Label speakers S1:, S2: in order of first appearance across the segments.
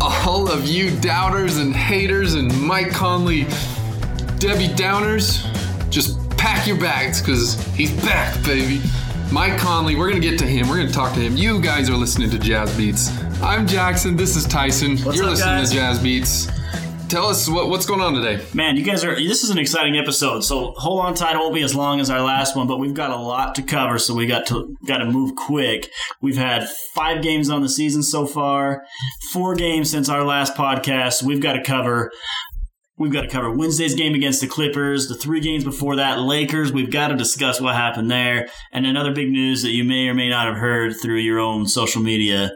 S1: of you doubters and haters and Mike Conley, Debbie Downers, just pack your bags because he's back, baby. Mike Conley, we're going to get to him. We're going to talk to him. You guys are listening to Jazz Beats. I'm Jackson. This is Tyson.
S2: What's
S1: You're
S2: up,
S1: listening
S2: guys?
S1: to Jazz Beats. Tell us what, what's going on today.
S2: Man, you guys are. This is an exciting episode. So hold on tight. It won't be as long as our last one, but we've got a lot to cover. So we got to got to move quick. We've had five games on the season so far, four games since our last podcast. We've got to cover. We've got to cover Wednesday's game against the Clippers, the three games before that, Lakers. We've got to discuss what happened there, and another big news that you may or may not have heard through your own social media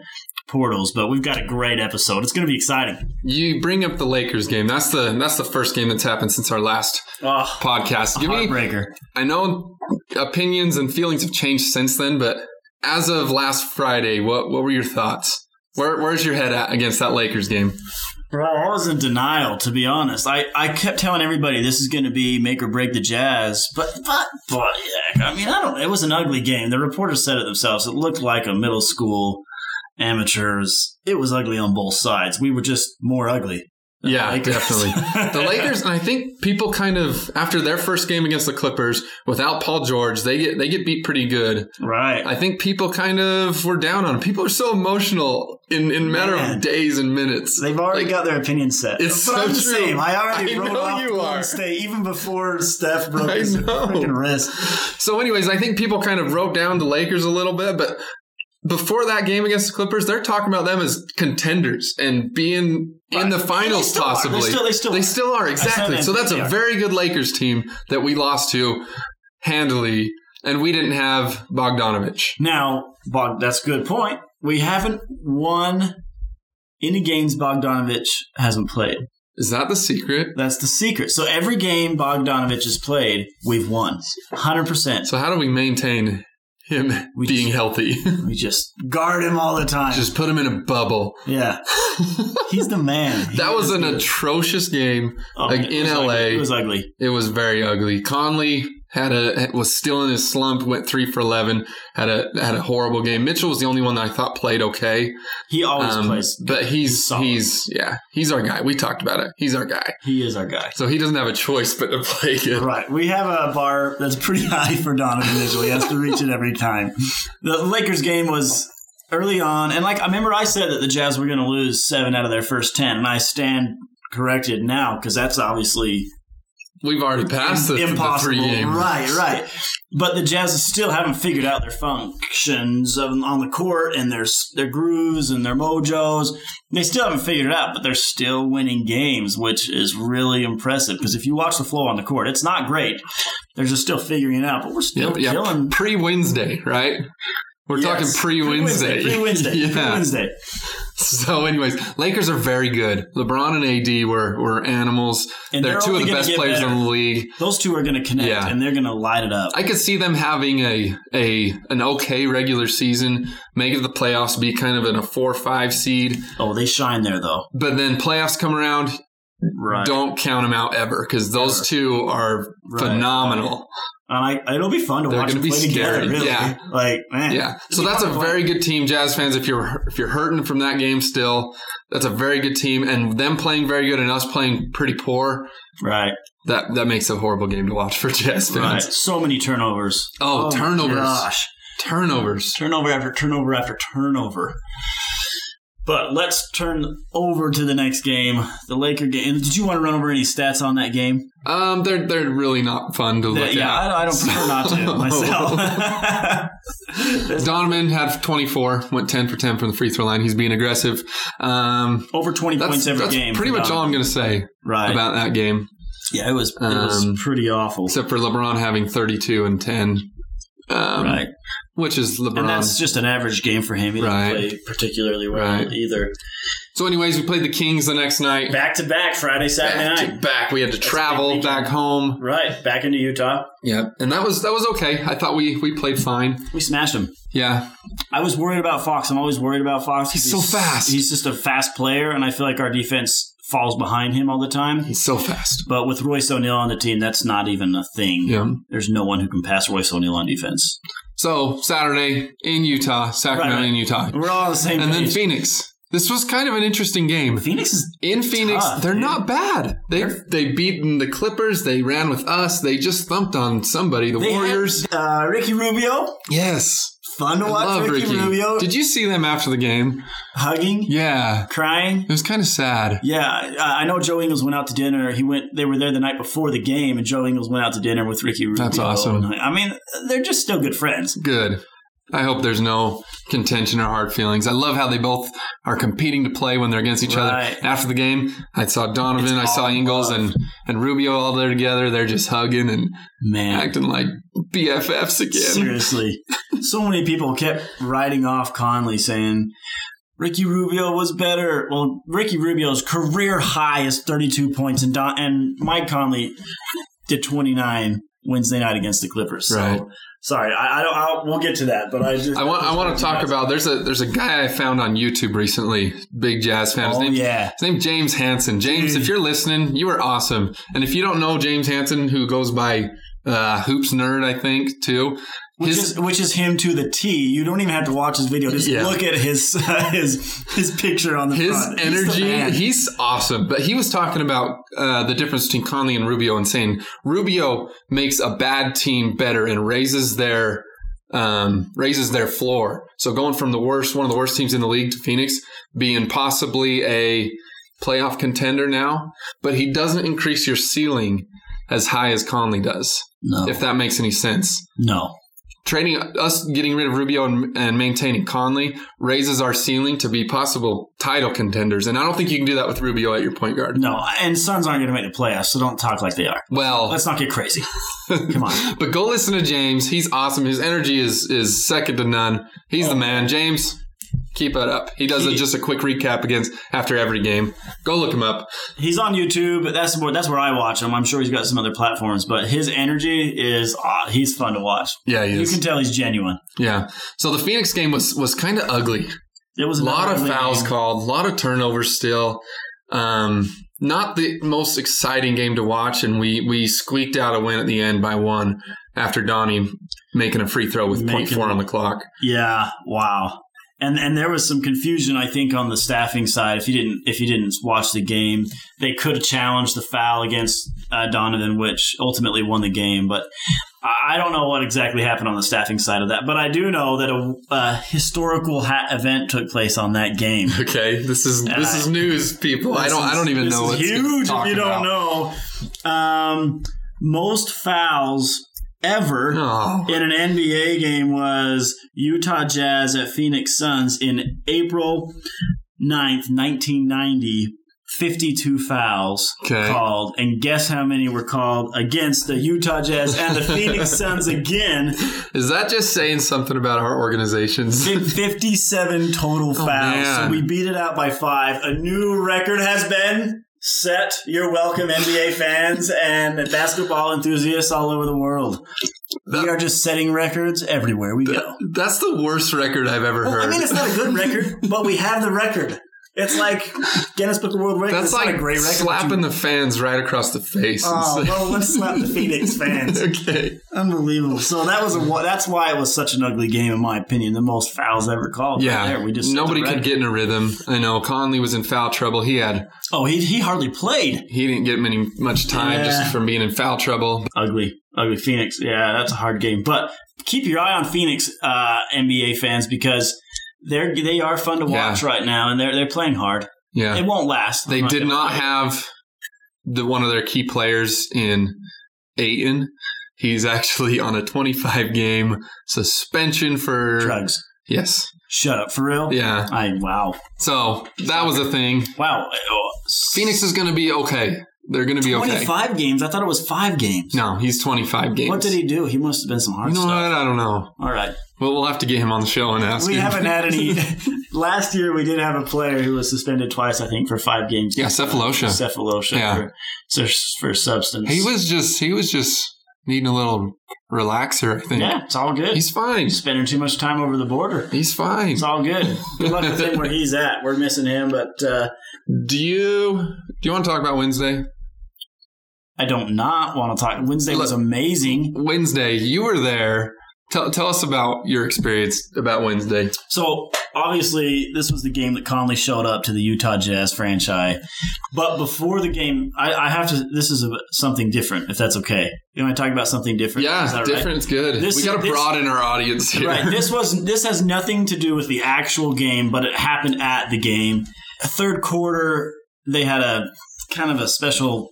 S2: portals. But we've got a great episode. It's going to be exciting.
S1: You bring up the Lakers game. That's the that's the first game that's happened since our last Ah,
S2: Oh,
S1: podcast. Give me
S2: heartbreaker.
S1: I know opinions and feelings have changed since then, but as of last Friday, what what were your thoughts? Where, where's your head at against that Lakers game?
S2: Bro, I was in denial, to be honest. I, I kept telling everybody this is going to be make or break the Jazz, but but but yeah, I mean, I don't. It was an ugly game. The reporters said it themselves. It looked like a middle school amateurs. It was ugly on both sides. We were just more ugly. than the
S1: Yeah,
S2: Lakers.
S1: definitely. The Lakers, and I think people kind of after their first game against the Clippers without Paul George, they get they get beat pretty good.
S2: right?
S1: I think people kind of were down on. Them. People are so emotional in in matter
S2: Man.
S1: of days and minutes.
S2: They've already
S1: Like,
S2: got their opinion set.
S1: it's
S2: but
S1: so
S2: I'm the
S1: true.
S2: same. I already
S1: I
S2: wrote
S1: know
S2: off
S1: you
S2: Golden
S1: are.
S2: State even before Steph broke
S1: I
S2: his
S1: know.
S2: freaking wrist.
S1: So, anyways, I think people kind of wrote down the Lakers a little bit, but before that game against the Clippers, they're talking about them as contenders and being in the finals,
S2: still are. They
S1: possibly.
S2: still- they still are.
S1: are,
S2: said
S1: exactly.
S2: that.
S1: So that's
S2: They
S1: a
S2: are.
S1: very good Lakers team that we lost to handily, and we didn't have Bogdanovich.
S2: Now, Bog, that's a good point. We haven't won any games Bogdanovich hasn't played.
S1: Is that the secret?
S2: That's the secret. So every game Bogdanovich has played, we've won. 100%.
S1: So how do we maintain him
S2: We
S1: being
S2: just-
S1: healthy?
S2: We just guard him all the time.
S1: Just put him in a bubble.
S2: yeah. He's the man. He
S1: That was
S2: is
S1: an
S2: good.
S1: atrocious game.
S2: Oh,
S1: like,
S2: it
S1: in
S2: was ugly.
S1: LA.
S2: It was ugly.
S1: It was very ugly. Conley had a was still in his slump. Went three for eleven. Had a had a horrible game. Mitchell was the only one that I thought played okay.
S2: He always
S1: Um,
S2: plays.
S1: but he's
S2: solid.
S1: he's, yeah he's our guy. We talked about it. He's our guy.
S2: He is our guy.
S1: So he doesn't have a choice but to play good.
S2: Right. We have a bar that's pretty high for Donovan Mitchell. He has to reach it every time. The Lakers game was early on, and like I remember, I said that the Jazz were going to lose seven out of their first ten, and I stand corrected now because that's obviously
S1: We've already passed the, the
S2: impossible.
S1: three game.
S2: Right, right. But the Jazz still haven't figured out their functions of, on the court and their their grooves and their mojos. They still haven't figured it out, but they're still winning games, which is really impressive. Because if you watch the flow on the court, it's not great. They're just still figuring it out, but we're
S1: Yeah,
S2: still
S1: yeah.
S2: killing.
S1: Pre Wednesday, right? We're talking
S2: Yes.
S1: pre Wednesday.
S2: Pre Wednesday. Pre
S1: yeah.
S2: Wednesday.
S1: So, anyways, Lakers are very good. LeBron and AD were were animals.
S2: And
S1: they're,
S2: they're
S1: two of
S2: only
S1: the
S2: gonna
S1: best
S2: get
S1: players
S2: better.
S1: in the league.
S2: Those two are going to connect,
S1: Yeah.
S2: and they're going to light it up.
S1: I could see them having a a an okay regular season, make it to the playoffs, be kind of in a four or five seed,
S2: oh, they shine there though.
S1: but then playoffs come around.
S2: Right.
S1: Don't count them out ever because those
S2: Ever. two
S1: two are
S2: Right.
S1: phenomenal.
S2: And I, it'll be fun to
S1: They're
S2: watch them
S1: gonna be
S2: play together.
S1: scary.
S2: Really,
S1: Yeah.
S2: like man,
S1: Yeah,
S2: It'll
S1: so
S2: be
S1: that's a
S2: fun to watch.
S1: very good team, Jazz fans. If you're if you're hurting from that game still, that's a very good team, and them playing very good and us playing pretty poor.
S2: right,
S1: That that makes a horrible game to watch for Jazz
S2: right.
S1: fans.
S2: So many turnovers.
S1: Oh,
S2: my
S1: turnovers.
S2: Gosh,
S1: Turnovers.
S2: turnover after turnover after turnover. But let's turn over to the next game, the Laker game. And Did you want to run over any stats on that game?
S1: Um, they're they're really not fun to
S2: That-
S1: look
S2: yeah,
S1: at.
S2: I, I don't prefer not to myself.
S1: Donovan had 24, went 10 for 10 from the free throw line. He's being aggressive. Um,
S2: over twenty
S1: that's
S2: points every
S1: that's
S2: game.
S1: pretty
S2: for
S1: much all
S2: Donovan.
S1: I'm going to say
S2: Right.
S1: about that game,
S2: yeah, it was it was
S1: Um,
S2: pretty awful.
S1: except for LeBron having 32 and 10, um,
S2: right.
S1: which is LeBron.
S2: And that's just an average game for him. He didn't
S1: Right.
S2: play particularly well
S1: Right.
S2: either.
S1: so, anyways, we played the Kings the next night.
S2: Back to back, Friday, Saturday
S1: Back
S2: night.
S1: to back. We had to travel
S2: weekend.
S1: back home.
S2: Right, back into Utah.
S1: Yeah. And that was that was okay. I thought we we played fine.
S2: We smashed him.
S1: Yeah.
S2: I was worried about Fox. I'm always worried about Fox.
S1: He's so fast.
S2: He's just a fast player, and I feel like our defense falls behind him all the time.
S1: He's so fast.
S2: But with Royce O'Neal on the team, that's not even a thing.
S1: Yeah.
S2: There's no one who can pass Royce O'Neal on defense.
S1: So, Saturday in Utah, Sacramento
S2: Right, right.
S1: in Utah.
S2: We're all on the same
S1: And then
S2: page.
S1: Phoenix. This was kind of an interesting game.
S2: Phoenix is
S1: In Phoenix,
S2: Tough,
S1: they're
S2: dude.
S1: not bad. They they beaten the Clippers. They ran with us. They just thumped on somebody, the
S2: they had,
S1: Warriors.
S2: uh, Ricky Rubio.
S1: yes,
S2: Fun to
S1: I
S2: watch.
S1: love
S2: Ricky,
S1: Ricky.
S2: Rubio
S1: Did you see them after the game?
S2: hugging,
S1: Yeah,
S2: crying.
S1: it was kind of sad.
S2: Yeah, I I know Joe Ingles went out to dinner. He went; they were there the night before the game, and Joe Ingles went out to dinner with Ricky Rubio.
S1: That's awesome.
S2: And I I mean, they're just still good friends.
S1: Good. I hope there's no contention or hard feelings. I love how they both are competing to play when they're against each
S2: Right.
S1: other. After the game, I saw Donovan,
S2: It's
S1: I saw
S2: all
S1: Ingles,
S2: love.
S1: and and Rubio all there together. They're just hugging and
S2: Man,
S1: acting like BFFs again.
S2: Seriously. so many people kept writing off Conley saying Ricky Rubio was better. Well, Ricky Rubio's career high is 32 points, and Don- and Mike Conley did 29 Wednesday night against the Clippers. So,
S1: Right.
S2: sorry, I, I don't. I'll, we'll get to that, but I just
S1: I want I want to talk about there's a there's a guy I found on YouTube recently, big jazz fan. His
S2: Oh
S1: name's
S2: yeah,
S1: his name's James Hansen. James,
S2: Dude.
S1: if you're listening, you are awesome. And if you don't know James Hansen, who goes by uh, Hoops Nerd, I think too.
S2: which
S1: his-
S2: is which is him to the T. You don't even have to watch his video. Just
S1: Yeah.
S2: look at his his his picture on the
S1: His
S2: front. He's the man.
S1: energy, he's awesome. But he was talking about uh, the difference between Conley and Rubio and saying Rubio makes a bad team better and raises their um, raises their floor. So going from the worst, one of the worst teams in the league to Phoenix, being possibly a playoff contender now, but he doesn't increase your ceiling as high as Conley does,
S2: no,
S1: if that makes any sense
S2: no,
S1: trading us getting rid of Rubio and, and maintaining Conley raises our ceiling to be possible title contenders. And I don't think you can do that with Rubio at your point guard.
S2: no. And Suns aren't going to make the playoffs, so don't talk like they are.
S1: Well,
S2: Let's not get crazy. Come on.
S1: but go listen to James. He's awesome. His energy is is second to none. He's the man. James, keep it up. He does a,
S2: He-
S1: just a quick recap against after every game. Go look him up.
S2: He's on YouTube. That's where that's where I watch him. I'm sure he's got some other platforms, but his energy is aw, he's fun to watch.
S1: Yeah, he
S2: You
S1: is.
S2: can tell he's genuine.
S1: yeah. So the Phoenix game was was kind of ugly.
S2: It was
S1: a lot
S2: another
S1: of
S2: win.
S1: fouls called, a lot of turnovers still. Um, not the most exciting game to watch, and we we squeaked out a win at the end by one after Donnie making a free throw with point
S2: Making-
S1: four on the clock.
S2: Yeah. Wow. And and there was some confusion, I think, on the staffing side. If you didn't if you didn't watch the game, they could have challenged the foul against uh, Donovan, which ultimately won the game. But I I don't know what exactly happened on the staffing side of that. But I do know that a, a historical ha- event took place on that game.
S1: Okay, this is
S2: And
S1: this
S2: I-
S1: is news, people. I
S2: This
S1: don't
S2: is-
S1: I don't even
S2: Uh, this
S1: know
S2: is
S1: what's
S2: huge. If you don't know, um, most fouls ever
S1: Oh,
S2: in an NBA game was Utah Jazz at Phoenix Suns in April 9th, 1990. 52 fouls
S1: Okay.
S2: called, and guess how many were called against the Utah Jazz and the Phoenix Suns again?
S1: is that just saying something about our organizations?
S2: Fif- 57 total fouls.
S1: Oh, man.
S2: so we beat it out by five. A new record has been set. You're welcome, NBA fans and basketball enthusiasts all over the world.
S1: That-
S2: we are just setting records everywhere we go.
S1: That's the worst record I've ever heard.
S2: I mean, it's not a good record, but we have the record. It's like Guinness Book of World
S1: that's
S2: Records. it's
S1: like
S2: not a great record.
S1: slapping
S2: but you-
S1: the fans right across the face.
S2: Oh, well, let's slap the Phoenix fans.
S1: okay.
S2: Unbelievable. So that was a, wa- that's why it was such an ugly game, in my opinion. The most fouls ever called. right
S1: Yeah,
S2: there. we just set the
S1: nobody could
S2: record.
S1: get in a rhythm. I know Conley was in foul trouble. He had
S2: Oh, he he hardly played.
S1: he didn't get many much time
S2: Yeah.
S1: just from being in foul trouble.
S2: ugly, ugly Phoenix. Yeah, that's a hard game. But keep your eye on Phoenix uh, NBA fans because they're they are fun to watch right now, and they're they're playing hard.
S1: Yeah,
S2: It won't last.
S1: they
S2: I'm
S1: did
S2: gonna
S1: not
S2: lie.
S1: have the one of their key players in Aiton. He's actually on a 25 game suspension for
S2: drugs.
S1: yes,
S2: Shut up, for real.
S1: yeah.
S2: I wow
S1: So that was a thing.
S2: wow. Oh,
S1: Phoenix is going to be okay. They're going to be okay.
S2: Twenty-five games. I thought it was five games.
S1: No, he's 25 games.
S2: What did he do? He must have been some hard
S1: You know
S2: stuff.
S1: what? I don't know.
S2: All right.
S1: Well, we'll have to get him on the show and ask
S2: We
S1: him.
S2: haven't had any. last year, we did have a player who was suspended twice, I think, for five games.
S1: Yeah, Cephalosha.
S2: Cephalosha
S1: Yeah.
S2: for, for, for substance.
S1: He was just he was just needing a little relaxer, I think.
S2: Yeah, it's all good.
S1: He's fine.
S2: spending too much time over the border.
S1: He's fine.
S2: It's all good. Good luck with him where he's at. We're missing him, but uh,
S1: Do you do you want to talk about Wednesday?
S2: I don't not want to talk. Wednesday was
S1: Look.
S2: amazing.
S1: Wednesday, you were there. Tell tell us about your experience about Wednesday.
S2: So obviously this was the game that Conley showed up to the Utah Jazz franchise. But before the game, I, I have to. This is a, something different, if that's okay. You want to talk about something different? Is that
S1: Yeah,
S2: all right?
S1: different's good.
S2: This-
S1: we got to
S2: this-
S1: broaden our audience here.
S2: Right. This was this has nothing to do with the actual game, but it happened at the game. Third quarter, they had a kind of a special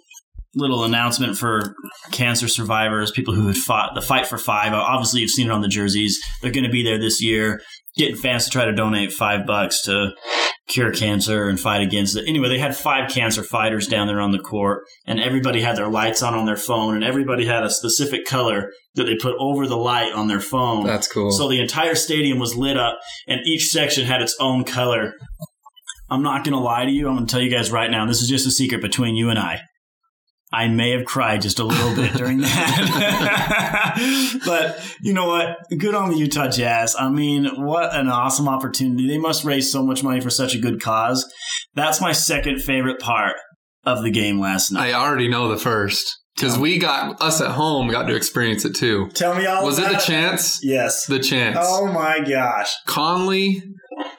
S2: little announcement for cancer survivors, people who had fought the fight for five. Obviously, you've seen it on the jerseys. They're going to be there this year. Getting fans to try to donate five bucks to cure cancer and fight against it. Anyway, they had five cancer fighters down there on the court, and everybody had their lights on on their phone, and everybody had a specific color that they put over the light on their phone.
S1: That's cool.
S2: So the entire stadium was lit up, and each section had its own color. I'm not going to lie to you. I'm going to tell you guys right now. This is just a secret between you and I. I may have cried just a little bit during that. but you know what? Good on the Utah Jazz. I mean, what an awesome opportunity. They must raise so much money for such a good cause. That's my second favorite part of the game last night.
S1: I already know the first because we got us at home got to experience it too.
S2: tell me all
S1: Was it
S2: about
S1: the chance?
S2: Yes.
S1: The chance.
S2: Oh my gosh.
S1: Conley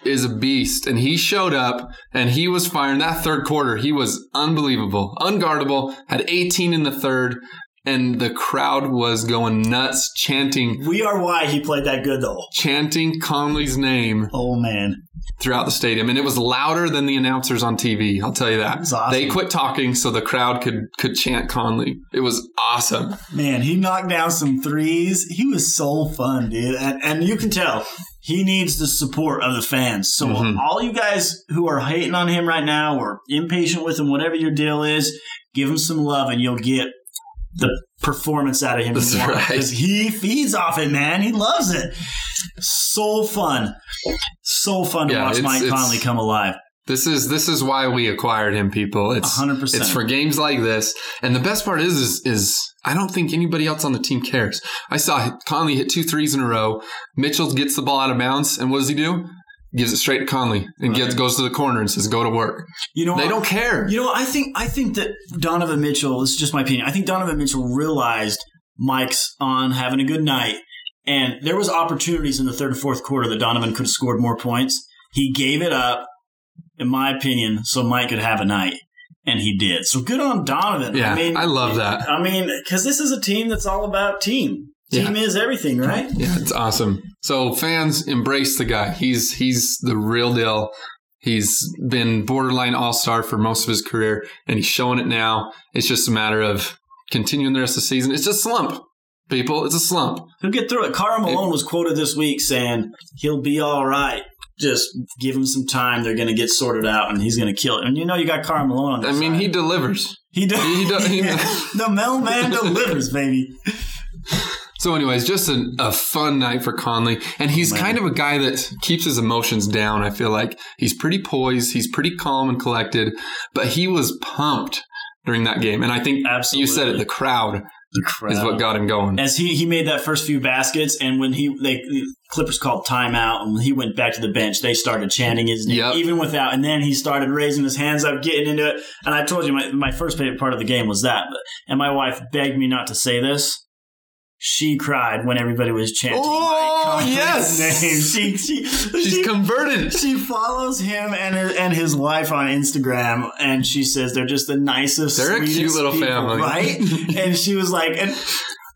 S1: is a beast, and he showed up and he was firing that third quarter. He was unbelievable, unguardable. Had 18 in the third, and the crowd was going nuts, chanting,
S2: We are why he played that good though.
S1: chanting Conley's name
S2: Oh man.
S1: throughout the stadium, and it was louder than the announcers on TV. I'll tell you that.
S2: That's awesome.
S1: They quit talking so the crowd could could chant Conley. It was awesome.
S2: Man, he knocked down some threes. He was so fun, dude. And, and you can tell he needs the support of the fans. So,
S1: Mhm.
S2: all you guys who are hating on him right now or impatient with him, whatever your deal is, give him some love and you'll get the performance out of him. you
S1: That's
S2: want.
S1: right.
S2: 'Cause he feeds off it, man. He loves it. So fun. So fun to
S1: Yeah,
S2: watch
S1: it's-
S2: Mike
S1: it's-
S2: Conley come alive.
S1: This is this is why we acquired him, people. It's
S2: 100%.
S1: it's for games like this. And the best part is, is is I don't think anybody else on the team cares. I saw Conley hit two threes in a row. Mitchell gets the ball out of bounds, and what does he do? Gives it straight to Conley and gets, goes to the corner and says, "Go to work."
S2: You know
S1: They
S2: what?
S1: don't care.
S2: You know, I think I think that Donovan Mitchell. This is just my opinion. I think Donovan Mitchell realized Mike's on having a good night, and there was opportunities in the third and fourth quarter that Donovan could have scored more points. He gave it up, in my opinion, so Mike could have a night, and he did. So good on Donovan.
S1: yeah,
S2: I mean,
S1: I love that.
S2: I mean, because this is a team that's all about team.
S1: Yeah.
S2: Team is everything, right?
S1: Yeah, it's awesome. So fans embrace the guy. He's he's the real deal. He's been borderline all star for most of his career, and he's showing it now. It's just a matter of continuing the rest of the season. It's just slump, people. It's a slump.
S2: He'll get through it. Carl Malone was quoted this week saying he'll be all right. Just give him some time. They're going to get sorted out, and he's going to kill it. And you know you got Carl Malone on
S1: I
S2: that.
S1: mean, he delivers.
S2: he does.
S1: he do- he-
S2: the mailman delivers, baby.
S1: So, anyways, just a, a fun night for Conley, and he's
S2: Man.
S1: kind of a guy that keeps his emotions down. I feel like he's pretty poised, he's pretty calm and collected, but he was pumped during that game, and I think you said
S2: Absolutely.
S1: it. The crowd
S2: The crowd.
S1: is what got him going.
S2: As he, he made that first few baskets, and when he they the Clippers called timeout, and he went back to the bench, they started chanting his name,
S1: Yep.
S2: even without. And then he started raising his hands up, getting into it. And I told you my, my first favorite part of the game was that. But, and my wife begged me not to say this. She cried when everybody was chanting. Mike
S1: Oh,
S2: Conley's
S1: yes.
S2: Name. She, she, she,
S1: She's converted.
S2: she follows him and his, and his wife on Instagram, and she says they're just the nicest.
S1: They're a cute
S2: sweetest
S1: little
S2: people,
S1: family.
S2: right? and she was like, and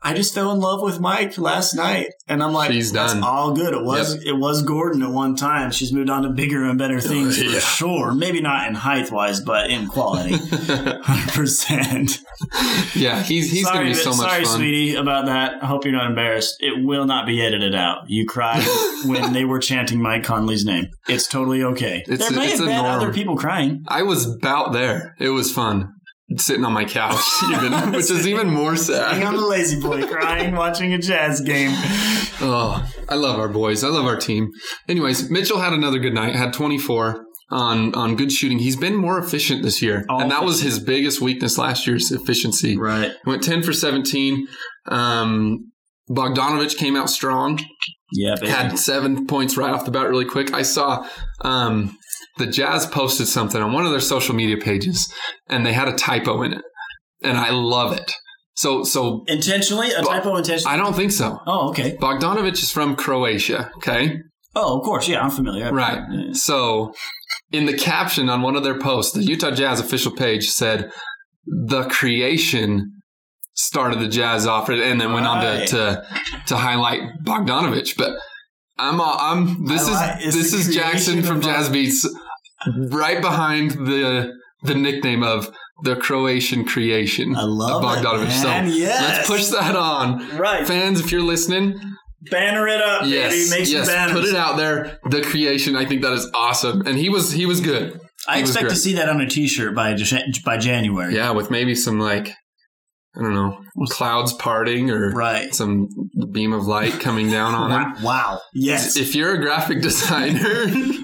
S2: I just fell in love with Mike last night, and I'm like,
S1: She's
S2: that's
S1: done.
S2: all good. It was it was Gordon at one time. She's moved on to bigger and better things for
S1: yeah.
S2: sure. Maybe not in height wise, but in quality, hundred percent.
S1: Yeah, he's he's
S2: sorry,
S1: gonna be so
S2: that-
S1: much
S2: sorry,
S1: fun.
S2: sweetie, about that. I hope you're not embarrassed. It will not be edited out. You cried when they were chanting Mike Conley's name. It's totally okay.
S1: It's
S2: there
S1: a-
S2: may
S1: it's
S2: have
S1: a
S2: been
S1: norm.
S2: other people crying.
S1: I was about there. It was fun sitting on my couch, even, which is even more
S2: Hang on
S1: sad.
S2: the lazy boy crying watching a jazz game.
S1: Oh, I love our boys. I love our team. Anyways, Mitchell had another good night. Had 24 on on good shooting. He's been more efficient this year,
S2: All
S1: and that was his biggest weakness last year's efficiency.
S2: Right.
S1: Went 10 for 17. Um, Bogdanovich came out strong.
S2: Yeah, baby.
S1: had seven points right off the bat really quick. I saw um, the Jazz posted something on one of their social media pages, and they had a typo in it, and I love it. So, so
S2: intentionally? A typo intentionally?
S1: I don't think so.
S2: oh, okay.
S1: Bogdanovich is from Croatia. Okay,
S2: Oh, of course. Yeah, I'm familiar.
S1: Right. So, in the caption on one of their posts, the Utah Jazz official page said, "The creation started the Jazz off," and then went on to,
S2: Right.
S1: to to highlight Bogdanovich. But I'm all, I'm this
S2: I like-
S1: is
S2: it's
S1: this
S2: the
S1: is Jackson
S2: creation
S1: from
S2: of
S1: Jazz
S2: Bog-
S1: Beats, right behind the the nickname of the Croatian creation.
S2: I love
S1: of
S2: it,
S1: Bogdanovich.
S2: man.
S1: So
S2: Yes.
S1: let's push that on.
S2: Right.
S1: Fans, if you're listening,
S2: Banner it up,
S1: yes,
S2: baby. Make some
S1: yes,
S2: banners.
S1: put it out there. The creation, I think that is awesome, and he was he was good.
S2: I
S1: It was
S2: expect to
S1: great.
S2: see that on a T-shirt by Jan- by January.
S1: Yeah, with maybe some like I don't know clouds parting or
S2: Right.
S1: some beam of light coming down on him.
S2: Wow. Yes.
S1: If you're a graphic designer, hit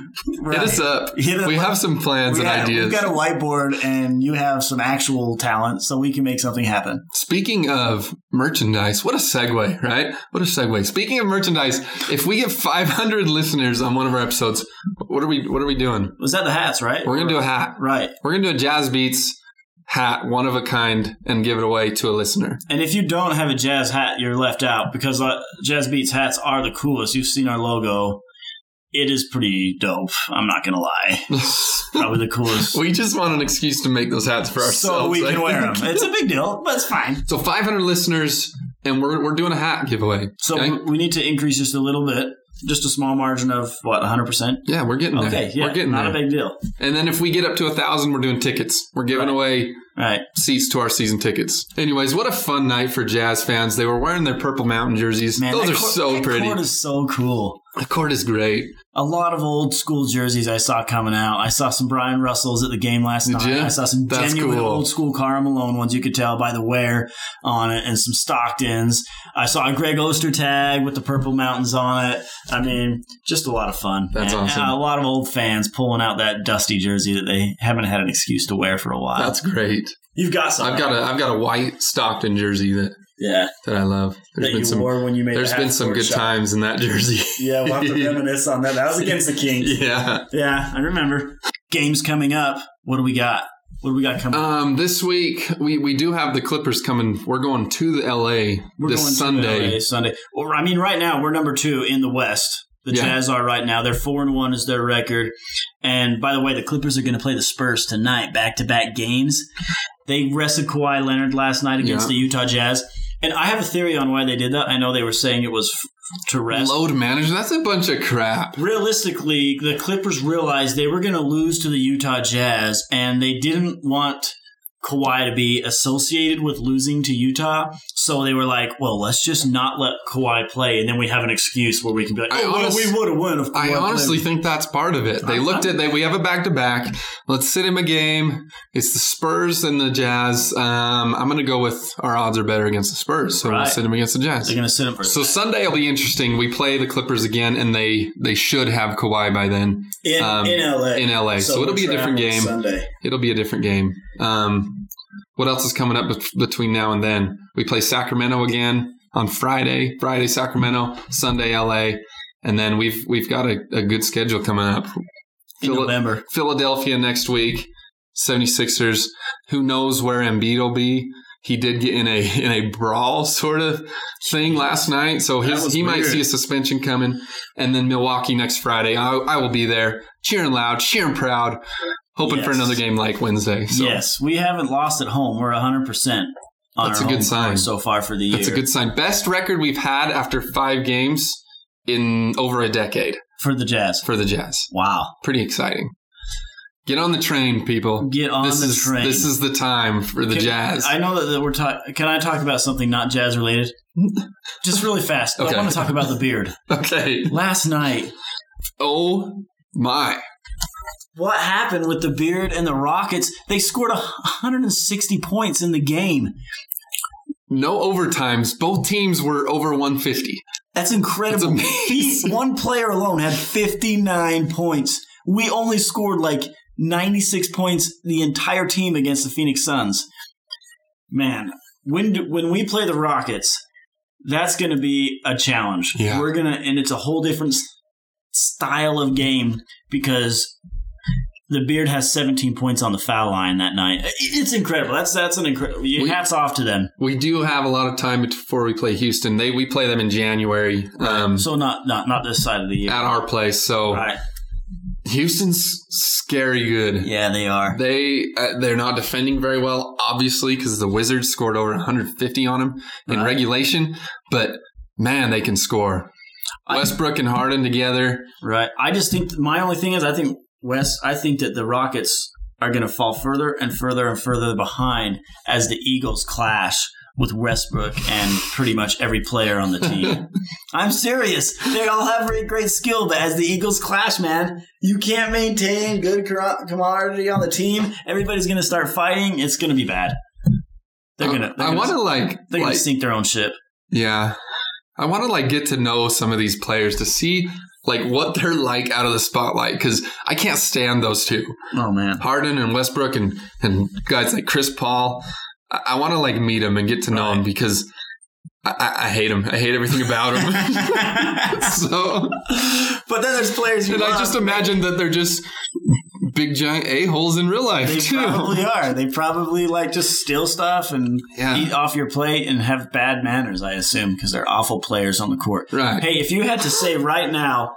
S2: Right.
S1: us up.
S2: Hit us
S1: we
S2: up.
S1: have some plans
S2: We
S1: and
S2: have-
S1: ideas.
S2: We've got a whiteboard, and you have some actual talent, so we can make something happen.
S1: Speaking of merchandise, what a segue, right? What a segue. Speaking of merchandise, if we get 500 listeners on one of our episodes, what are we what are we doing?
S2: Was that the hats? Right.
S1: We're going to do a hat.
S2: Right.
S1: We're gonna do a Jazz Beats hat, one of a kind, and give it away to a listener.
S2: And if you don't have a jazz hat, you're left out because uh, Jazz Beats hats are the coolest. You've seen our logo. It is pretty dope. I'm not gonna lie. Probably the coolest.
S1: we just want an excuse to make those hats for ourselves.
S2: so we
S1: I
S2: can wear them.
S1: think.
S2: It's a big deal, but it's fine.
S1: So 500 listeners, and we're we're doing a hat giveaway.
S2: So
S1: okay?
S2: we- we need to increase just a little bit, just a small margin of what 100. percent
S1: yeah, we're getting there.
S2: Okay, yeah,
S1: we're getting
S2: not
S1: there.
S2: a big deal.
S1: and then if we get up to a thousand, we're doing tickets. We're giving
S2: Right.
S1: away
S2: All right,
S1: seats to our season tickets. Anyways, what a fun night for Jazz fans. They were wearing their purple mountain jerseys.
S2: man,
S1: Those
S2: that
S1: are
S2: court-
S1: so
S2: that
S1: pretty.
S2: Court is so cool.
S1: the court is great.
S2: A lot of old school jerseys I saw coming out. I saw some Brian Russells at the game last night.
S1: ya?
S2: I saw some
S1: That's
S2: genuine
S1: cool.
S2: old school Cara Malone ones you could tell by the wear on it, and some Stocktons. I saw a Greg Oster tag with the Purple Mountains on it. I mean, just a lot of fun.
S1: That's
S2: And- and
S1: awesome.
S2: a lot of old fans pulling out that dusty jersey that they haven't had an excuse to wear for a while.
S1: That's great.
S2: You've got some.
S1: I've got a I've got a white Stockton jersey that
S2: yeah
S1: that I love. There's
S2: that you wore when you made.
S1: There's
S2: the
S1: been
S2: half
S1: some
S2: court
S1: good
S2: shot.
S1: times in that jersey.
S2: Yeah, we'll have to reminisce on that. That was against the Kings.
S1: yeah.
S2: Yeah, I remember. Games coming up. What do we got? What do we got coming? up?
S1: Um, this week we, we do have the Clippers coming. We're going to the LA
S2: We're
S1: this
S2: going to
S1: Sunday.
S2: LA Sunday. Or I mean, right now we're number two in the West. The
S1: Yeah.
S2: Jazz are right now. They're four and one is their record. And by the way, the Clippers are going to play the Spurs tonight, back to back games. They rested Kawhi Leonard last night against
S1: Yeah.
S2: the Utah Jazz, and I have a theory on why they did that. I know they were saying it was f- to rest.
S1: Load manager, that's a bunch of crap.
S2: realistically, the Clippers realized they were going to lose to the Utah Jazz, and they didn't want Kawhi to be associated with losing to Utah. So they were like, "Well, let's just not let Kawhi play, and then we have an excuse where we can be like,
S1: I
S2: oh, well,
S1: honest-
S2: we would have won if Kawhi
S1: I
S2: played."
S1: honestly think that's part of it. They
S2: I'm-
S1: looked at they we have a back to back. Let's sit him a game. It's the Spurs and the Jazz. Um, I'm gonna go with our odds are better against the Spurs, so we'll
S2: Right.
S1: sit him against the Jazz.
S2: they're going to sit him for
S1: so Sunday will be interesting. We play the Clippers again, and they they should have Kawhi by then
S2: in,
S1: um,
S2: in LA.
S1: in LA. So, it'll
S2: we're
S1: be a different
S2: traveling
S1: game.
S2: Sunday.
S1: It'll be a different game. Um, what else is coming up bet- between now and then? We play Sacramento again on Friday. Friday Sacramento, Sunday LA, and then we've we've got a, a good schedule coming up.
S2: in
S1: Phila-
S2: November.
S1: Philadelphia next week, 76ers. Who knows where Embiid will be? He did get in a in a brawl sort of thing last night, so
S2: That
S1: his,
S2: was
S1: he might
S2: weird.
S1: see a suspension coming. And then Milwaukee next Friday. I, I will be there, cheering loud, cheering proud, hoping for
S2: Yes.
S1: another game like Wednesday. So
S2: Yes, we haven't lost at home. We're 100 percent on
S1: That's
S2: our
S1: a good
S2: home
S1: sign.
S2: court so far for the year.
S1: That's a good sign. Best record we've had after five games in over a decade
S2: for the Jazz.
S1: for the Jazz.
S2: Wow,
S1: Pretty exciting. Get on the train, people.
S2: get on
S1: this
S2: the
S1: is
S2: train.
S1: this is the time for the
S2: Can-
S1: Jazz.
S2: I know that, that we're talking. Can I talk about something not jazz related? Just really fast.
S1: Okay.
S2: I want to talk about the beard.
S1: okay.
S2: Last night,
S1: Oh my.
S2: what happened with the beard and the Rockets? They scored 160 points in the game.
S1: No overtimes. Both teams were over 150.
S2: That's incredible.
S1: That's amazing.
S2: He, one player alone had 59 points. We only scored like 96 points the entire team against the Phoenix Suns. Man, when do, when we play the Rockets, that's going to be a challenge.
S1: Yeah.
S2: We're going to and it's a whole different s- style of game because the beard has 17 points on the foul line that night. It- It's incredible. That's that's an incredible.
S1: We-
S2: Hats off to them.
S1: We do have a lot of time before we play Houston. They we play them in January um,
S2: So not not not this side of the year.
S1: at our place. So
S2: right.
S1: Houston's scary good.
S2: Yeah, they are.
S1: They uh, they're not defending very well, obviously, because the Wizards scored over 150 on them in
S2: Right.
S1: regulation. But man, they can score.
S2: I-
S1: Westbrook and Harden together.
S2: Right. I just think my only thing is I think Wes. I think that the Rockets are going to fall further and further and further behind as the Eagles clash with Westbrook and pretty much every player on the team. I'm serious. They all have really great skill, but as the Eagles clash, man, you can't maintain good camar- camaraderie on the team. Everybody's going to start fighting. It's going to be bad. They're going to.
S1: I, want to like
S2: They're going
S1: like
S2: to sink their own ship.
S1: yeah. I want to like get to know some of these players to see like what they're like out of the spotlight because I can't stand those two.
S2: Oh man.
S1: Harden and Westbrook and, and guys like Chris Paul. I, I want to like meet him and get to know him because I, I, I hate him. I hate everything about him. so,
S2: but then there's players you
S1: and I
S2: love.
S1: just imagine that they're just big giant a holes in real life
S2: They
S1: too.
S2: probably are. They probably like just steal stuff and
S1: Yeah.
S2: eat off your plate and have bad manners, I assume, because they're awful players on the court.
S1: Right.
S2: Hey, if you had to say right now,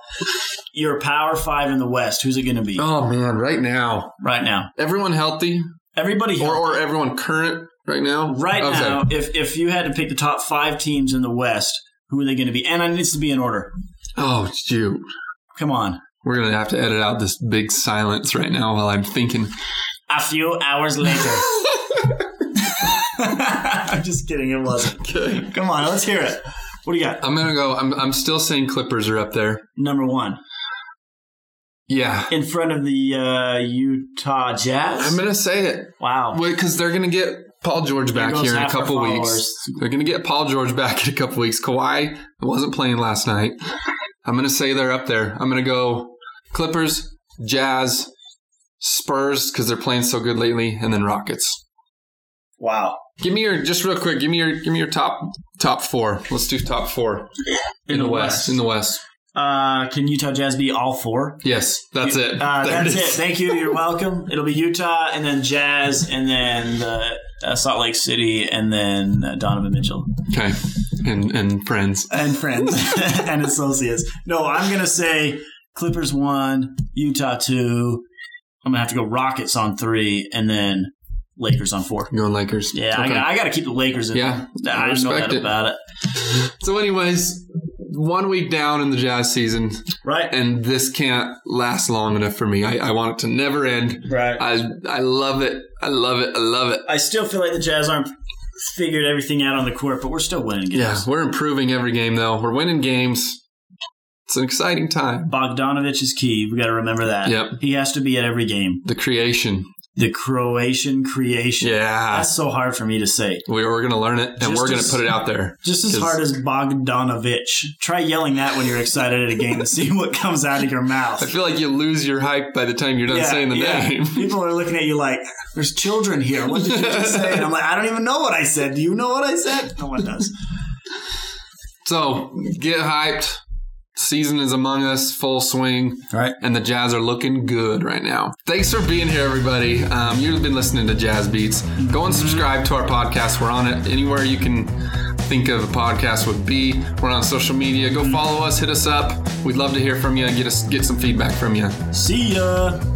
S2: you're a power five in the West, who's it going to be
S1: Oh man, right now
S2: right now?
S1: everyone healthy
S2: Everybody,
S1: or or everyone current right now.
S2: right
S1: I was like,
S2: now, if, if you had to pick the top five teams in the West, who are they going to be? And it needs to be in order.
S1: oh shoot,
S2: Come on.
S1: we're gonna have to edit out this big silence right now while I'm thinking.
S2: A few hours later. I'm just kidding. It wasn't.
S1: Okay.
S2: Come on, let's hear it. What do you got?
S1: I'm gonna go. I'm I'm still saying Clippers are up there.
S2: Number one.
S1: Yeah,
S2: in front of the uh, Utah Jazz.
S1: I'm gonna say it
S2: wow.
S1: because they're gonna get Paul George back
S2: goes
S1: here in a
S2: half our
S1: couple weeks.
S2: followers.
S1: They're gonna get Paul George back in a couple weeks. Kawhi wasn't playing last night. I'm gonna say they're up there. I'm gonna go Clippers, Jazz, Spurs because they're playing so good lately, and then Rockets.
S2: Wow.
S1: Give me your just real quick. Give me your give me your top top four. Let's do top four
S2: In, the, West.
S1: In the West,
S2: uh, can Utah Jazz be all four?
S1: yes, that's it.
S2: Uh,
S1: There
S2: that's it.
S1: is.
S2: Thank you. You're welcome. It'll be Utah and then Jazz and then uh, uh, Salt Lake City and then uh, Donovan Mitchell
S1: Okay, and and friends.
S2: and friends and associates. No, I'm going to say Clippers one, Utah two. I'm going to have to go Rockets on three and then Lakers on four.
S1: Going Lakers.
S2: Yeah,
S1: Okay.
S2: I, I got to keep the Lakers in.
S1: Yeah,
S2: there.
S1: I
S2: I, don't know
S1: respect
S2: that
S1: it.
S2: about it.
S1: So, anyways, one week down in the jazz season,
S2: Right.
S1: and this can't last long enough for me. I, I want it to never end.
S2: Right. I,
S1: I I love it. I love it. I love it.
S2: still feel like the Jazz aren't figured everything out on the court, but we're still winning games.
S1: Yeah, we're improving every game though. We're winning games. It's an exciting time.
S2: Bogdanovich is key. We got to remember that.
S1: Yep.
S2: He has to be at every game.
S1: The creation.
S2: The Croatian creation.
S1: Yeah.
S2: That's so hard for me to say.
S1: We, we're going to learn it and
S2: Just
S1: we're going to
S2: as-
S1: put it out there.
S2: Just as
S1: 'Cause-
S2: hard as Bogdanovich. Try yelling that when you're excited at a game and see what comes out of your mouth.
S1: I feel like you lose your hype by the time you're done saying the
S2: yeah.
S1: name.
S2: People are looking at you like, there's children here. What did you just say? And I'm like, I don't even know what I said. Do you know what I said? No one does.
S1: So get hyped. Season is among us, full swing.
S2: All right.
S1: and the Jazz are looking good right now. Thanks for being here, everybody. Um, you've been listening to Jazz Beats. Go and subscribe to our podcast. We're on it anywhere you can think of a podcast would be. We're on social media. Go follow us, hit us up. We'd love to hear from you. Get us get some feedback from you.
S2: See ya.